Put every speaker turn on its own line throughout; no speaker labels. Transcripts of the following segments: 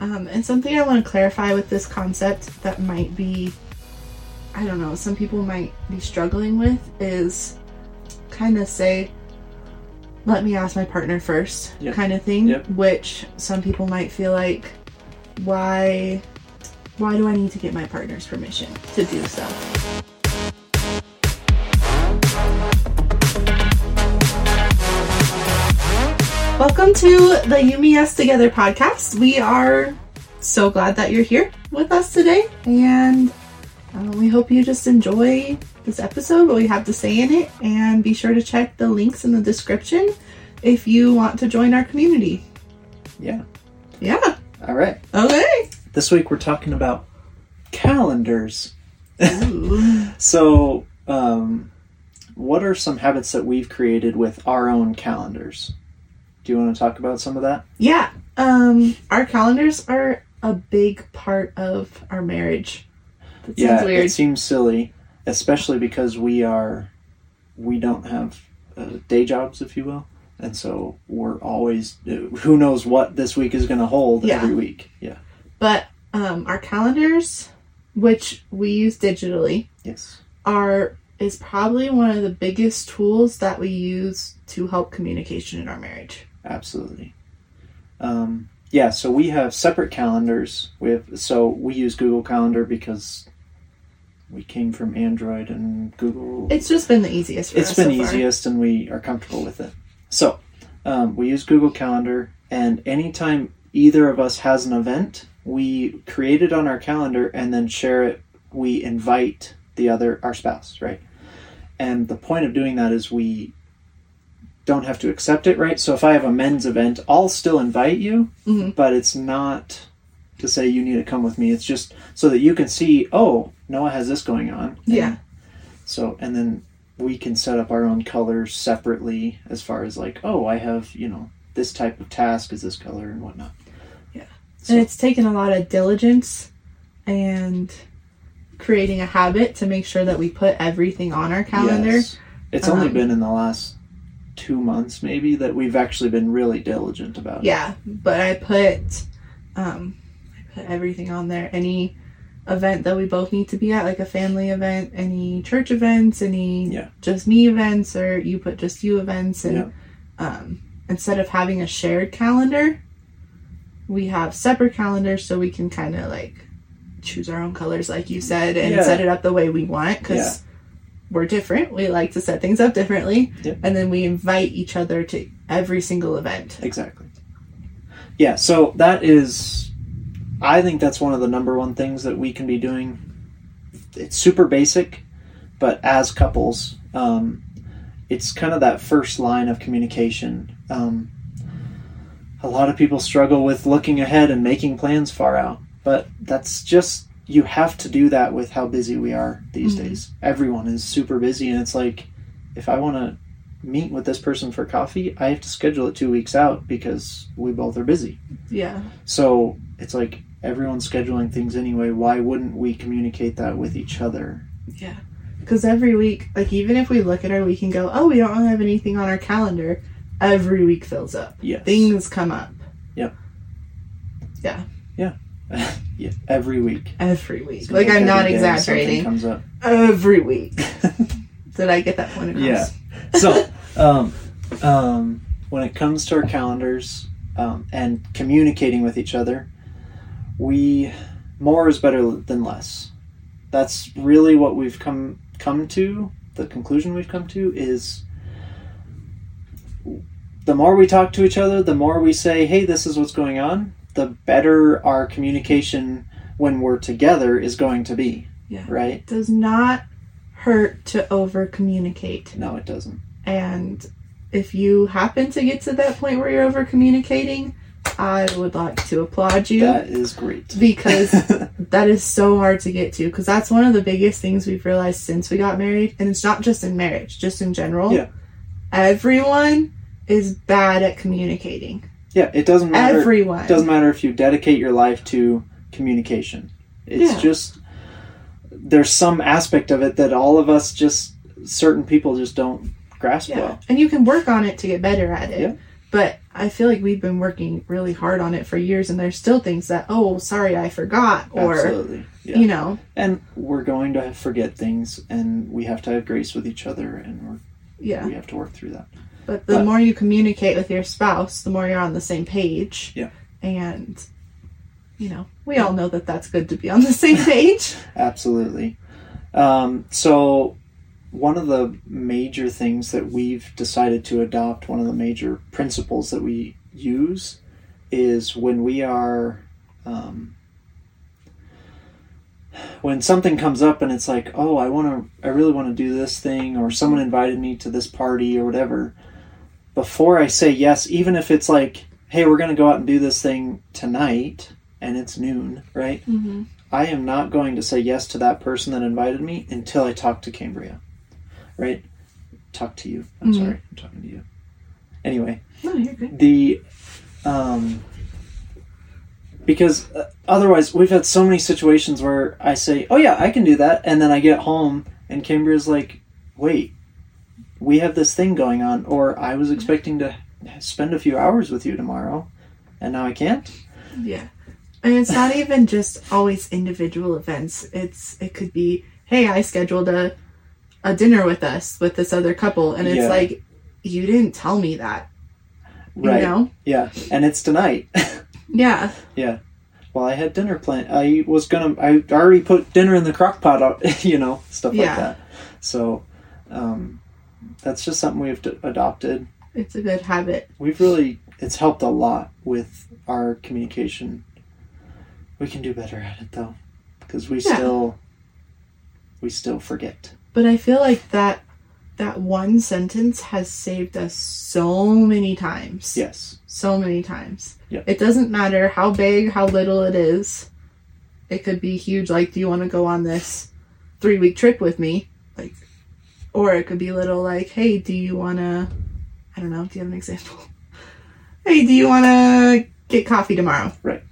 Um, and something I want to clarify with this concept that might be, I don't know, some people might be struggling with is kind of say, let me ask my partner first
Yep.
kind of thing,
Yep.
which some people might feel like, why, why do I need to get my partner's permission to do so? Welcome to the Yumi Us Together podcast. We are so glad that you're here with us today, and uh, we hope you just enjoy this episode, what we have to say in it, and be sure to check the links in the description if you want to join our community.
Yeah.
Yeah.
All right.
Okay.
This week we're talking about calendars.
Ooh.
So, um, what are some habits that we've created with our own calendars? Do you want to talk about some of that?
Yeah. Um, our calendars are a big part of our marriage. That sounds
yeah,
weird.
it seems silly, especially because we are we don't have uh, day jobs, if you will, and so we're always uh, who knows what this week is going to hold
Yeah.
every week. Yeah.
But um, our calendars, which we use digitally,
Yes.
are is probably one of the biggest tools that we use to help communication in our marriage.
Absolutely. Um, yeah, so we have separate calendars. We have so we use Google Calendar because we came from Android and Google.
It's just been the easiest for
it's
us.
been
so far.
easiest, and we are comfortable with it. So um, we use Google Calendar, and anytime either of us has an event, we create it on our calendar and then share it. We invite the other, our spouse, right? And the point of doing that is we don't have to accept it, right? So if I have a men's event, I'll still invite you,
Mhm.
but it's not to say you need to come with me. It's just so that you can see, oh, Noah has this going on.
Yeah.
So and then we can set up our own colors separately as far as like, oh, I have, you know, this type of task is this color and whatnot.
And it's taken a lot of diligence and creating a habit to make sure that we put everything on our calendar.
Yes. It's only
Um,
been in the last two months maybe that we've actually been really diligent about it.
Yeah, but I put um I put everything on there. Any event that we both need to be at, like a family event, any church events, any
Yeah.
just me events or you put just you events and
Yeah.
um instead of having a shared calendar, we have separate calendars so we can kind of like choose our own colors like you said and
Yeah.
set it up the way we want cuz
Yeah.
we're different. We like to set things up differently.
Yep.
And then we invite each other to every single event.
Exactly. Yeah, so that is I think that's one of the number one things that we can be doing. It's super basic, but as couples, um, it's kind of that first line of communication. Um, a lot of people struggle with looking ahead and making plans far out, but that's just you have to do that with how busy we are these
Mhm.
days. Everyone is super busy, and it's like if I want to meet with this person for coffee, I have to schedule it two weeks out because we both are busy.
Yeah.
So it's like everyone's scheduling things anyway. Why wouldn't we communicate that with each other?
Yeah. Because every week, like even if we look at our week and go, oh, we don't have anything on our calendar, every week fills up.
Yes.
Things come up
Yeah, every week.
every week.
So
like I'm
every
not
day something
exaggerating.
Comes up.
Every week. Did I get that point across?
Yeah. so, um, um, when it comes to our calendars um, and communicating with each other, we more is better than less. That's really what we've come come to. The conclusion we've come to is the more we talk to each other, the more we say, "Hey, this is what's going on." The better our communication when we're together is going to be.
Yeah.
Right?
It does not hurt to over communicate.
No, it doesn't.
And if you happen to get to that point where you're over communicating, I would like to applaud you.
That is great.
because That is so hard to get to because that's one of the biggest things we've realized since we got married. And it's not just in marriage, just in general.
Yeah.
Everyone is bad at communicating.
Yeah, it doesn't matter.
Everyone.
it doesn't matter if you dedicate your life to communication. It's
Yeah.
just there's some aspect of it that all of us just certain people just don't grasp
yeah.
well.
And you can work on it to get better at it.
Yeah.
But I feel like we've been working really hard on it for years, and there's still things that, oh, sorry, I forgot, or,
Absolutely. Yeah.
you know,
and we're going to forget things, and we have to have grace with each other, and we're,
yeah.
we have to work through that.
But the
But-
more you communicate with your spouse, the more you're on the same page.
Yeah.
And, you know, we all know that that's good to be on the same page.
Absolutely. Um, so, one of the major things that we've decided to adopt, one of the major principles that we use, is when we are, um, when something comes up and it's like, oh, I want to, I really want to do this thing, or someone invited me to this party or whatever. Before I say yes, even if it's like, hey, we're going to go out and do this thing tonight, and it's noon, right?
Mm-hmm.
I am not going to say yes to that person that invited me until I talk to Cambria. Right? Talk to you. I'm
Mhm.
sorry. I'm talking to you. Anyway,
No, you're good.
the um because uh, otherwise we've had so many situations where I say, "Oh yeah, I can do that." And then I get home and Cambria's like, "Wait. We have this thing going on or I was expecting to spend a few hours with you tomorrow and now I can't?"
Yeah. And it's not even just always individual events. It's it could be, hey, I scheduled a a dinner with us with this other couple and it's
Yeah.
like you didn't tell me that.
Right.
You know?
Yeah. And it's tonight.
Yeah.
well i had dinner planned i was gonna i already put dinner in the crock pot out you know stuff
Yeah.
like that so um, that's just something we've d- adopted
It's a good habit.
we've really it's helped a lot with our communication we can do better at it though because we
Yeah.
still we still forget
But I feel like that that one sentence has saved us so many times.
yes
So many times.
Yeah.
It doesn't matter how big, how little it is. It could be huge like do you want to go on this 3 week trip with me? Like or it could be little like hey, do you want to I don't know, do you have an example? Hey, do you want to get coffee tomorrow?
Right.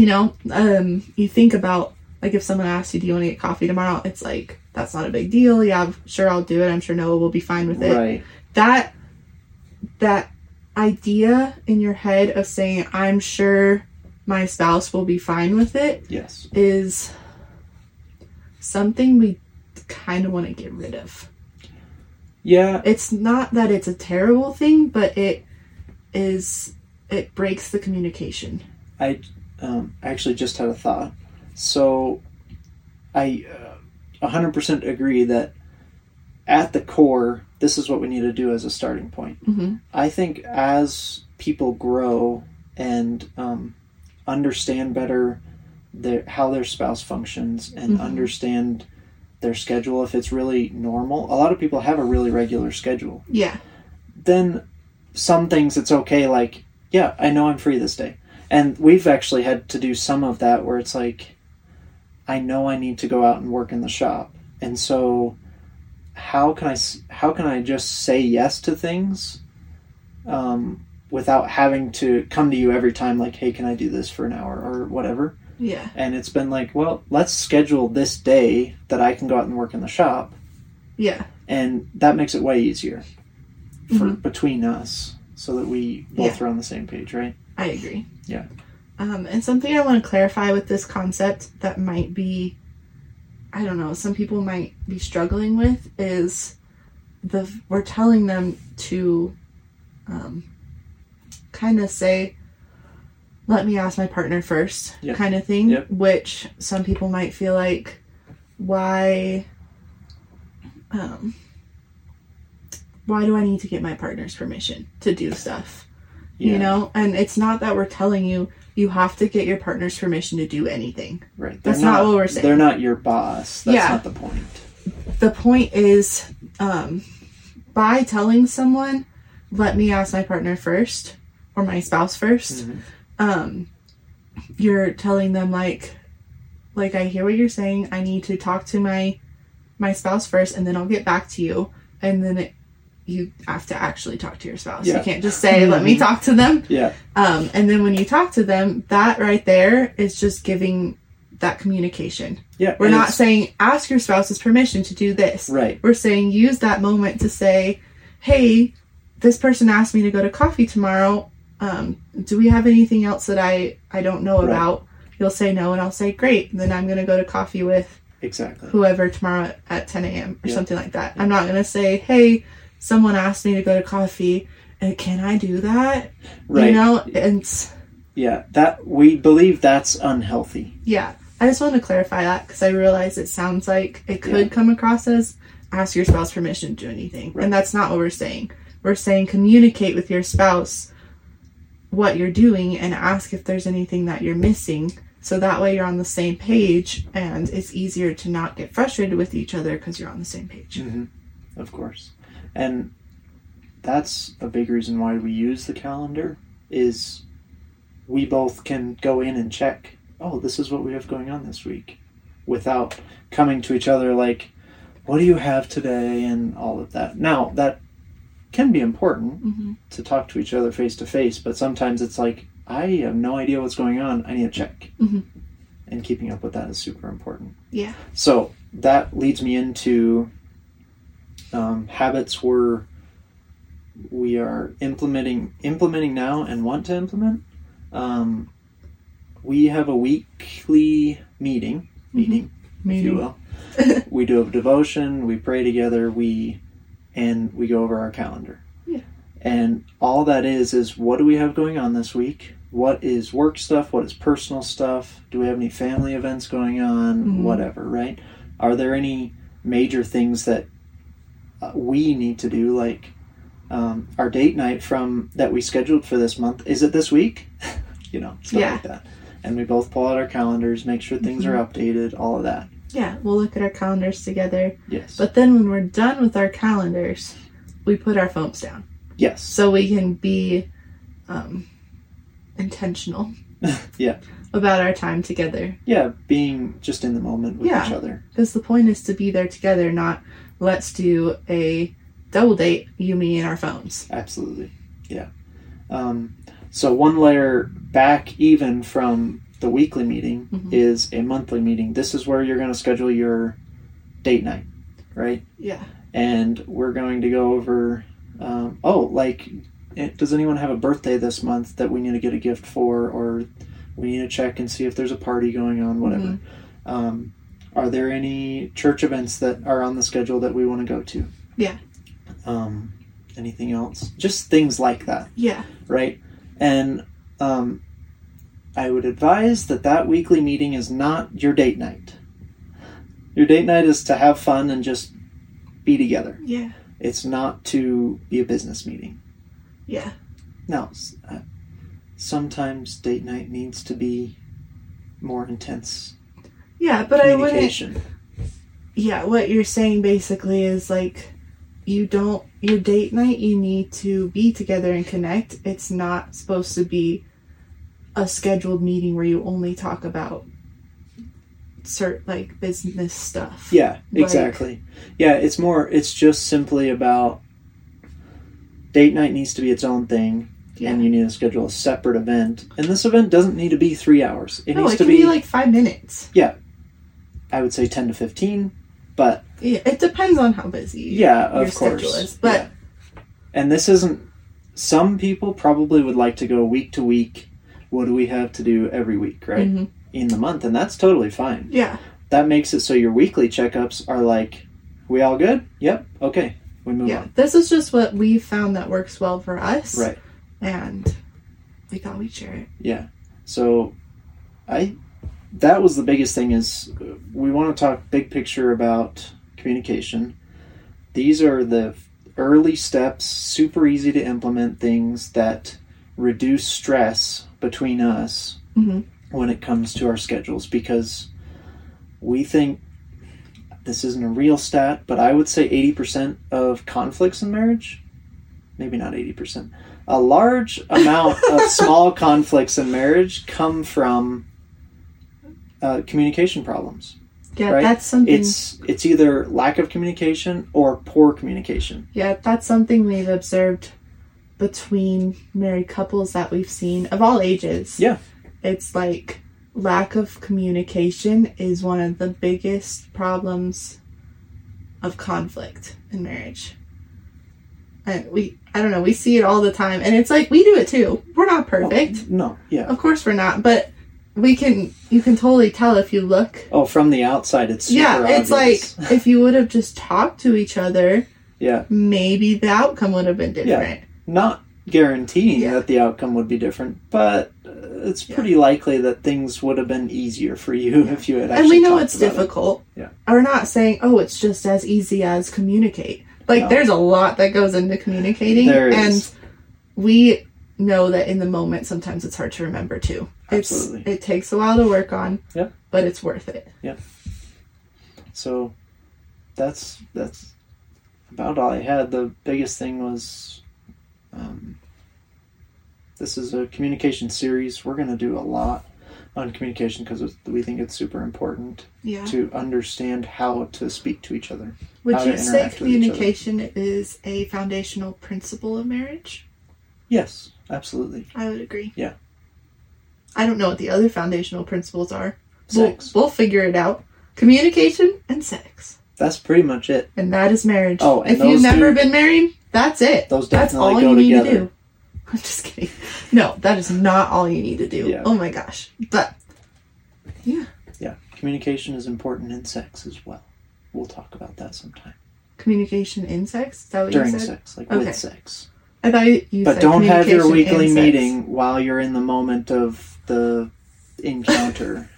You know, um you think about like if someone asks you do you want to get coffee tomorrow? It's like that's not a big deal. Yeah, I'm sure I'll do it. I'm sure Noah will be fine with it
right
that that idea in your head of saying i'm sure my spouse will be fine with it
yes
is something we kind of want to get rid of
yeah
it's not that it's a terrible thing but it is it breaks the communication
I um, actually just had a thought. So I uh, 100% agree that at the core, this is what we need to do as a starting point.
mm-hmm.
I think as people grow and um, understand better their, how their spouse functions and
Mhm.
understand their schedule, if it's really normal, a lot of people have a really regular schedule
yeah
then some things it's okay like yeah i know i'm free this day and we've actually had to do some of that where it's like i know i need to go out and work in the shop and so how can i s- how can i just say yes to things um, without having to come to you every time like hey can i do this for an hour or whatever
yeah
and it's been like well let's schedule this day that i can go out and work in the shop
yeah
and that makes it way easier for
Mhm.
between us so that we both are on the same page right
I agree.
Yeah.
Um, and something I want to clarify with this concept that might be, I don't know, some people might be struggling with is the we're telling them to um, kind of say, "Let me ask my partner first
Yep.
kind of thing,
Yep.
which some people might feel like, why, um, why do I need to get my partner's permission to do stuff?
Yeah,
you know and it's not that we're telling you you have to get your partner's permission to do anything
right
that's not what we're saying.
they're not your boss that's
Yeah.
not the point
the point is um, by telling someone let me ask my partner first or my spouse 1st
Mhm.
um, you're telling them like like i hear what you're saying i need to talk to my my spouse first and then i'll get back to you and then it, you have to actually talk to your spouse
Yeah. Mm-hmm.
you can't just say let me talk to them
yeah
Um, and then when you talk to them, that right there is just giving that communication.
yeah
We're
and
not
it's-
saying ask your spouse's permission to do this.
right
We're saying use that moment to say, hey, this person asked me to go to coffee tomorrow. Um, do we have anything else that I, I don't know
Right.
about? You'll say no, and I'll say, great. And then I'm going to go to coffee with
Exactly.
whoever tomorrow at- at 10 a.m. or
Yeah.
something like that. I'm not going to say, hey, someone asked me to go to coffee. And can I do that?
Right.
You know, and s-
Yeah. That we believe that's unhealthy.
yeah, I just wanted to clarify that because I realize it sounds like it could
Yeah.
come across as ask your spouse permission to do anything.
Right.
And that's not what we're saying. We're saying communicate with your spouse what you're doing and ask if there's anything that you're missing. So that way you're on the same page and it's easier to not get frustrated with each other because you're on the same page.
Of course. And that's a big reason why we use the calendar is we both can go in and check, oh, this is what we have going on this week without coming to each other like, what do you have today and all of that. Now, that can be important
Mm-hmm.
to talk to each other face to face, but sometimes it's like, I have no idea what's going on. I need to check.
Mhm.
And keeping up with that is super important.
Yeah.
So that leads me into um, habits where we are implementing implementing now and want to implement. Um, we have a weekly meeting, meeting, if you will. we do a devotion, we pray together, we and we go over our calendar.
Yeah.
And all that is is what do we have going on this week? What is work stuff? What is personal stuff? Do we have any family events going on?
Mhm.
Whatever, right? Are there any major things that uh, we need to do like um, our date night from that we scheduled for this month is it this week you know stuff
Yeah.
like that and we both pull out our calendars make sure things are
Mm-hmm.
updated all of that
Yeah, we'll look at our calendars together.
yes
But then when we're done with our calendars, we put our phones down.
yes
so we can be um, intentional
Yeah.
about our time together
yeah being just in the moment with
Yeah.
each other
because the point is to be there together not let's do a double date you me and our phones
absolutely yeah um, so one layer back even from the weekly meeting
Mhm.
is a monthly meeting this is where you're going to schedule your date night right
yeah
and we're going to go over um, oh like eh, does anyone have a birthday this month that we need to get a gift for or we need to check and see if there's a party going on whatever um, are there any church events that are on the schedule that we want to go to
Yeah.
um, anything else just things like that
yeah
right? And um, I would advise that that weekly meeting is not your date night. Your date night is to have fun and just be together.
yeah
It's not to be a business meeting.
yeah
Now, s- uh, sometimes date night needs to be more intense
yeah but i wouldn't
communication.
yeah what you're saying basically is like you don't your date night you need to be together and connect it's not supposed to be a scheduled meeting where you only talk about cert like business stuff
Yeah,
Like-
exactly. yeah, it's more. It's just simply about date night needs to be its own thing.
yeah.
and you need to schedule a separate event. And this event doesn't need to be three hours. It
no,
needs
it
to
can
be,
be, like five minutes.
I would say, ten to fifteen. But
Yeah, it depends on how busy.
yeah,
your
of course.
schedule is, but-
Yeah. and this isn't. Some people probably would like to go week to week. What do we have to do every week, right?
Mhm.
In the month, and that's totally fine.
Yeah.
That makes it so your weekly checkups are like, we all good? Yep. Okay. We move
Yeah.
on.
This is just what we found that works well for us.
Right.
And we thought we'd share it.
So, I that was the biggest thing is uh, we want to talk big picture about communication. These are the early steps, super easy to implement things that reduce stress between us
Mhm.
when it comes to our schedules because we think this isn't a real stat, but I would say 80% of conflicts in marriage, maybe not 80%, a large amount of small conflicts in marriage come from uh, communication problems
Yeah,
Right.
that's something.
it's it's either lack of communication or poor communication
yeah, that's something we've observed between married couples that we've seen of all ages.
Yeah.
It's like lack of communication is one of the biggest problems of conflict in marriage. And we I don't know, we see it all the time. And it's like, we do it too. We're not perfect.
Oh, No, yeah.
Of course we're not, but we can, you can totally tell if you look.
Oh, from the outside, it's super
yeah, it's
obvious.
like if you would have just talked to each other,
yeah,
maybe the outcome would have been different.
not guaranteeing
Yeah.
that the outcome would be different, but uh, it's pretty likely that things would have been easier for you if you had. actually
and we know
talked
it's
about it.
difficult.
Yeah.
We're not saying, oh, it's just as easy as communicate. Like,
No.
there's a lot that goes into communicating.
There
and
is.
we know that in the moment, sometimes it's hard to remember too. It's,
Absolutely.
it takes a while to work on,
Yeah.
but it's worth it.
So that's that's about all I had. The biggest thing was um, this is a communication series. We're going to do a lot on communication because we think it's super important
Yeah.
to understand how to speak to each other.
Would
how
you
to
say
interact with each other.
communication is a foundational principle of marriage?
Yes, absolutely.
I would agree.
Yeah.
I don't know what the other foundational principles are. We'll-
Sex.
we'll figure it out. Communication and sex.
That's pretty much it.
and that is marriage.
Oh, and
if you've
those
never
do-
been married, that's it.
Those
that's
definitely
all
go
you need to
together.
do. I'm just kidding. No, that is not all you need to do.
Yeah.
Oh my gosh, but
Yeah, communication is important in sex as well. We'll talk about that sometime
communication in sex. Is that what
during
you said?
sex, like
Okay.
with sex.
I thought you you
but
said
don't have your
communication
weekly
and sex.
meeting while you're in the moment of the encounter.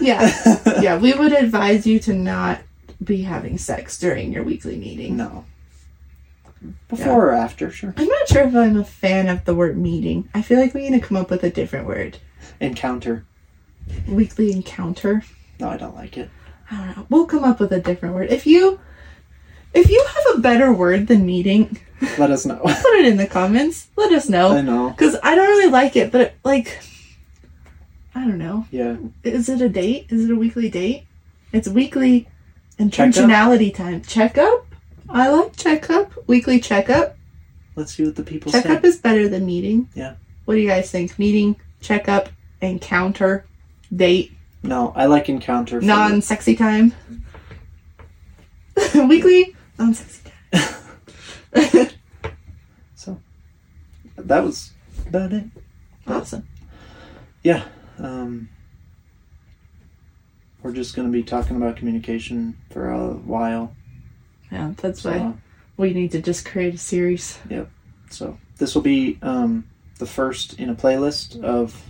Yeah, yeah. We would advise you to not be having sex during your weekly meeting.
no. Before or after, sure.
I'm not sure if I'm a fan of the word meeting. I feel like we need to come up with a different word.
Encounter.
Weekly encounter.
No, I don't like it.
I don't know. We'll come up with a different word. If you if you have a better word than meeting,
Let us know.
put it in the comments. Let us
I
know.
know.
Cuz I don't really like it, but it, like I don't know.
Yeah.
Is it a date? Is it a weekly date? It's weekly intentionality time. Checkup? I like checkup. Weekly checkup.
Let's see what the people say.
Checkup is better than meeting.
Yeah.
What do you guys think? Meeting, checkup, encounter, date,
no, I like encounter. for-
non-sexy time. weekly non-sexy time.
so that was about it.
Awesome.
Yeah. Um, we're just going to be talking about communication for a while.
Yeah, that's
So,
why we need to just create a series.
so this will be um, the first in a playlist of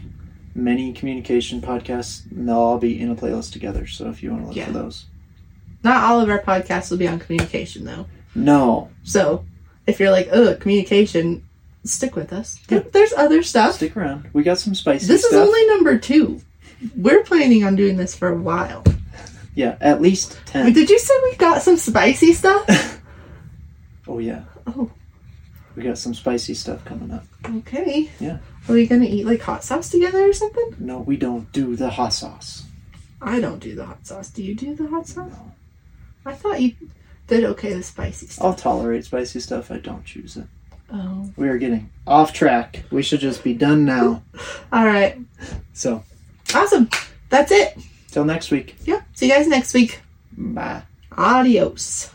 many communication podcasts, and they'll all be in a playlist together. So if you want to look
Yeah.
for those.
Not all of our podcasts will be on communication though.
No.
So if you're like, oh, communication, stick with us.
Yeah.
There's other stuff.
Stick around. We got some spicy
this
stuff.
is only number two. We're planning on doing this for a while.
yeah, at least 10.
Did you say we got some spicy stuff?
oh, yeah.
Oh.
We got some spicy stuff coming up.
okay.
Yeah.
Are we gonna eat like hot sauce together or something?
No, we don't do the hot sauce.
I don't do the hot sauce. Do you do the hot sauce?
No.
I thought you did okay with spicy stuff.
I'll tolerate spicy stuff. I don't choose it.
Oh.
We are getting off track. We should just be done now.
All right.
So,
Awesome. That's it.
till next week.
Yeah. See you guys next week.
Bye.
Adios.